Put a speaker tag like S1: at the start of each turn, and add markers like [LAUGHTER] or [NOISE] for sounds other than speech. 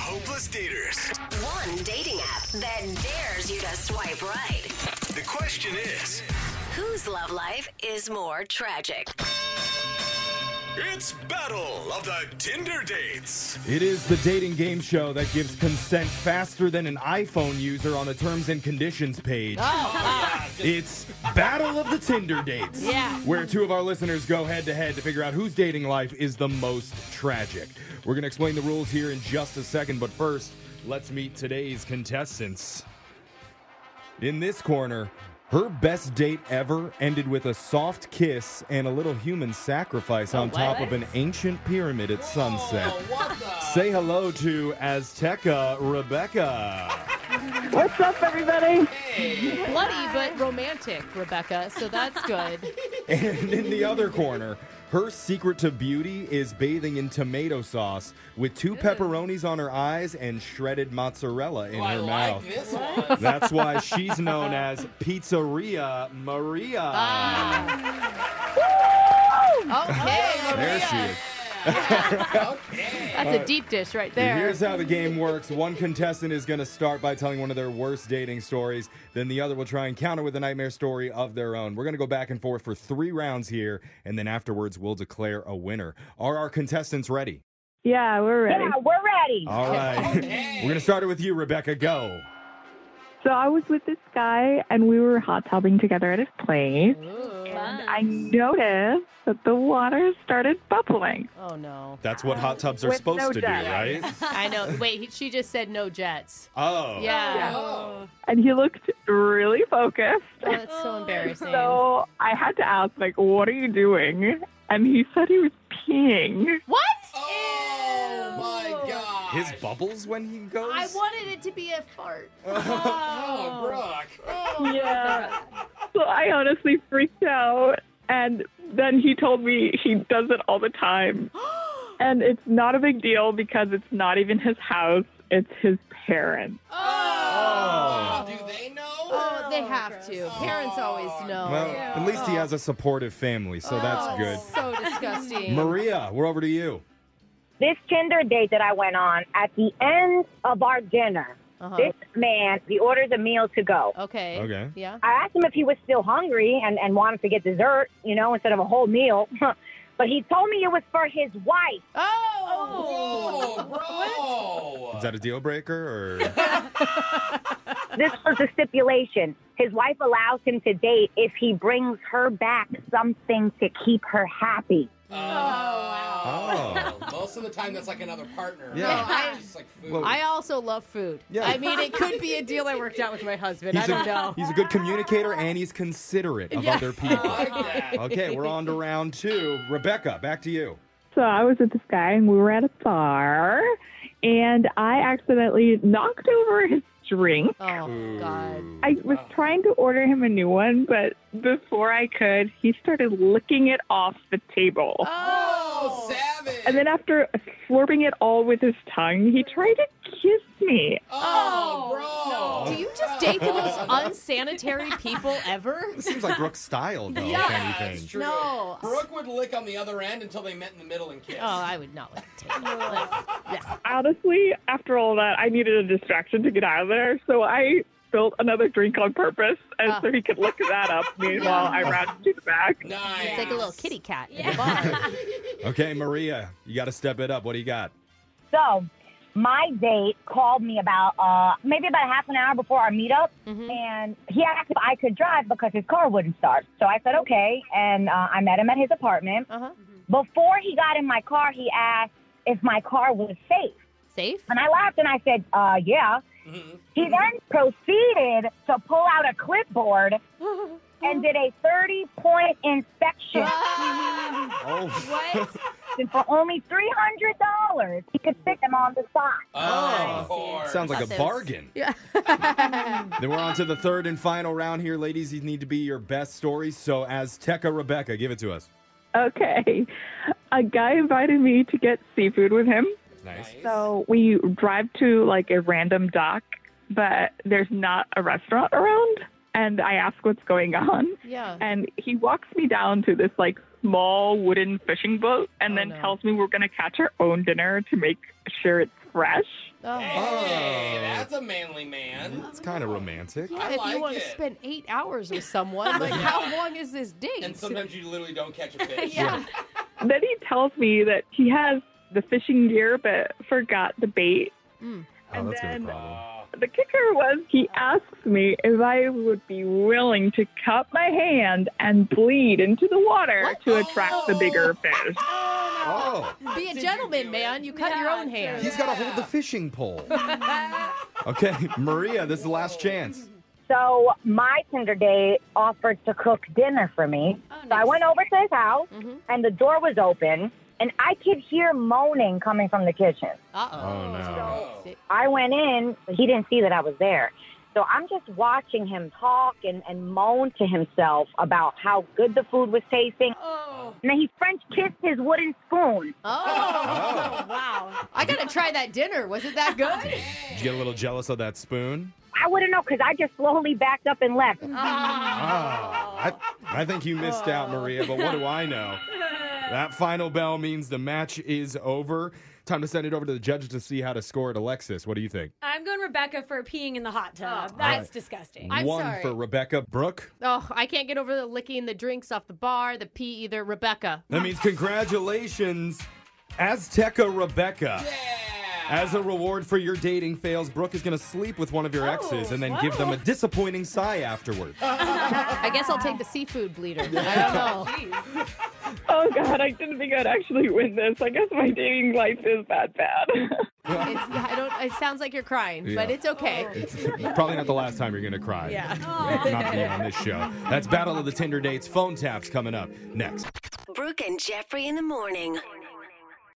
S1: Hopeless daters.
S2: One dating app that dares you to swipe right.
S1: The question is
S2: Whose love life is more tragic?
S1: it's Battle of the Tinder Dates.
S3: It is the dating game show that gives consent faster than an iPhone user on the terms and conditions page. It's Battle of the Tinder Dates.
S4: Yeah.
S3: Where two of our listeners go head to head to figure out whose dating life is the most tragic. We're going to explain the rules here in just a second, but first, let's meet today's contestants. In this corner, her best date ever ended with a soft kiss and a little human sacrifice on top of an ancient pyramid at sunset. Say hello to Azteca Rebecca.
S5: What's up, everybody?
S4: Bloody but romantic, Rebecca, so [LAUGHS] that's good.
S3: [LAUGHS] and in the other corner, her secret to beauty is bathing in tomato sauce with two pepperonis on her eyes and shredded mozzarella in
S6: Oh, I
S3: her
S6: like
S3: mouth.
S6: this one.
S3: That's why she's known as Pizzeria Maria.
S6: Ah.
S4: Okay,
S3: there she is.
S6: okay.
S4: that's a deep dish right there.
S3: Here's how the game works. One contestant is going to start by telling one of their worst dating stories. Then the other will try and counter with a nightmare story of their own. We're going to go back and forth for three rounds here, and then afterwards we'll declare a winner. Are our contestants ready?
S5: Yeah, we're ready.
S7: Yeah, we're ready.
S3: All right. We're going to start it with you, Rebecca. Go.
S5: So I was with this guy, and we were hot tobbing together at his place.
S4: Fun.
S5: I noticed that the water started bubbling.
S4: oh [LAUGHS] no.
S3: That's what hot tubs are
S5: With
S3: supposed
S5: no
S3: to
S5: doubt.
S3: do, right?
S4: I know. Wait, he- she just said no jets.
S3: Oh.
S4: Yeah. Oh,
S6: Oh.
S5: And he looked really focused.
S4: that's so embarrassing.
S5: So I had to ask, like, what are you doing? And he said he was peeing.
S4: what?
S6: Oh my god.
S3: His bubbles when he goes?
S4: I wanted it to be a
S3: [LAUGHS]
S4: fart.
S6: Oh, Brooke.
S5: Yeah. [LAUGHS] So I honestly freaked out. And then he told me he does it all the time. And it's not a big deal because it's not even his house, it's his parents.
S6: Oh. Do they know?
S4: Oh, they have to. Parents always know.
S3: well, at least he has a supportive family, so
S4: Oh.
S3: that's good.
S4: So disgusting.
S3: Maria, we're over to you.
S7: This Tinder date that I went on, at the end of our dinner,
S4: Uh-huh.
S7: this man, he orders a meal to go.
S4: Okay.
S3: Okay.
S4: Yeah.
S7: I asked him if he was still hungry and, and wanted to get dessert, you know, instead of a whole meal. [LAUGHS] but he told me it was for his wife.
S4: Oh.
S6: Oh, bro.
S3: Is that a deal breaker or?
S4: [LAUGHS]
S7: This was the stipulation. His wife allows him to date if he brings her back something to keep her happy.
S6: Oh, wow.
S3: Oh.
S6: Most of the time, that's like another partner.
S3: Yeah.
S6: Not just like food.
S3: Well,
S4: [LAUGHS] I also love food.
S3: Yeah.
S4: I mean, it could be a deal I worked out with my husband. I
S3: He's
S4: don't
S3: a,
S4: know.
S3: he's a good communicator and he's considerate of other people.
S4: [LAUGHS]
S6: I like that.
S3: okay, we're on to round two. Rebecca, back to you.
S5: So I was with this guy, and we were at a bar, and I accidentally knocked over his drink.
S4: Oh God.
S5: I was trying to order him a new one, but before I could, he started licking it off the table.
S6: Oh, savage.
S5: And then after slurping it all with his tongue, he tried to kiss me.
S6: oh, bro.
S4: Do you just date the
S6: [LAUGHS]
S4: most unsanitary people ever?
S3: Seems like Brooke Style, though,
S6: Yeah,
S3: if
S6: that's
S3: anything.
S6: true.
S4: No.
S6: Brooke would lick on the other end until they met in the middle and kissed.
S4: Oh, I would not like to take that. Like, yeah.
S5: Honestly, after all that, I needed a distraction to get out of there, so I spilled another drink on purpse, and
S4: Ah.
S5: so he could look that up. Meanwhile, I ran to the back.
S6: nice.
S4: It's like a little kitty cat in a bar.
S3: Okay, Maria, you got to step it up. What do you got?
S7: So my date called me about uh, maybe about half an hour before our meetup, and he asked if I could drive because his car wouldn't start. So I said okay, and uh, I met him at his apartment.
S4: Uh-huh.
S7: Before he got in my car, he asked if my car was safe,
S4: Safe?
S7: and I laughed and I said, uh, "Yeah."
S6: Mhm.
S7: He then proceeded to pull out a clipboard and did a 30-point inspection.
S3: Oh,
S4: What?
S7: and for only $300, he could fit them on the spot.
S6: Oh, of course.
S3: sounds like a
S4: Those.
S3: bargain.
S4: Yeah.
S3: Then we're on to the third and final round here, ladies. These need to be your best stories. So, Azteca Rebecca, give it to us.
S5: Okay. A guy invited me to get seafood with him.
S3: Nice.
S5: So we drive to like a random dock, but there's not a restaurant around. And I ask what's going on.
S4: Yeah.
S5: And he walks me down to this like small wooden fishing boat and
S4: Oh,
S5: then
S4: no.
S5: tells me we're going to catch our own dinner to make sure it's fresh.
S4: Oh.
S6: Hey, that's a manly man.
S3: It's kind of romantic.
S4: Yeah,
S6: I
S4: if
S6: like
S4: you want
S6: it.
S4: to spend eight hours with someone,
S6: [LAUGHS]
S4: like how long is this date?
S6: And sometimes you literally don't catch
S4: [LAUGHS]
S6: a fish.
S4: yeah.
S5: Then he tells me that he has the fishing gear but forgot the bait.
S3: Oh,
S5: And
S3: that's been
S5: then-
S3: a problem.
S6: Uh,
S5: The kicker was he asks me if I would be willing to cut my hand and bleed into the water to attract the bigger fish.
S3: Oh,
S4: Be a gentleman, man. You cut your own hand.
S3: he's got to hold the fishing
S4: [LAUGHS]
S3: pole. okay, Maria, this is the last chance.
S7: So my Tinder date offered to cook dinner for me. So I went over to his house, and the door was open, and I could hear moaning coming from the kitchen.
S4: Uh
S3: Oh, no.
S6: Oh.
S4: oh.
S7: I went in, but he didn't see that I was there. So I'm just watching him talk and, and moan to himself about how good the food was tasting.
S4: Oh.
S7: And then he French kissed his wooden spoon.
S4: Oh. Wow. I got to try that dinner. Was it that good?
S3: Did you get a little jealous of that spoon?
S7: I wouldn't know because I just slowly backed up and left.
S3: Ah, I, I think you missed out, Maria, but what do I know? That final bell means the match is over. Time to send it over to the judges to see how to score it. Alexis, what do you think?
S8: I'm going Rebecca for peeing in the hot tub.
S4: Oh.
S8: That's disgusting.
S4: I'm
S3: One
S4: sorry.
S3: for Rebecca Brooke.
S4: Oh, I can't get over the licking the drinks off the bar, the pee either. Rebecca.
S3: That means congratulations, Azteca Rebecca. As a reward for your dating fails, Brooke is going to sleep with one of your
S4: Oh,
S3: exes and then give them a disappointing sigh afterward.
S4: I guess I'll take the seafood bleeder. I don't know.
S5: Oh God, I didn't think I'd actually win this. I guess my dating life is that bad. [LAUGHS]
S4: It's, I don't. It sounds like you're crying, but
S3: Yeah. Oh.
S4: it's okay.
S3: [LAUGHS] It's probably not the last time you're going to cry.
S4: Yeah.
S3: Not being on this show. That's Battle of the Tinder Dates. Phone taps coming up next.
S2: Brooke and Jeffrey in the morning.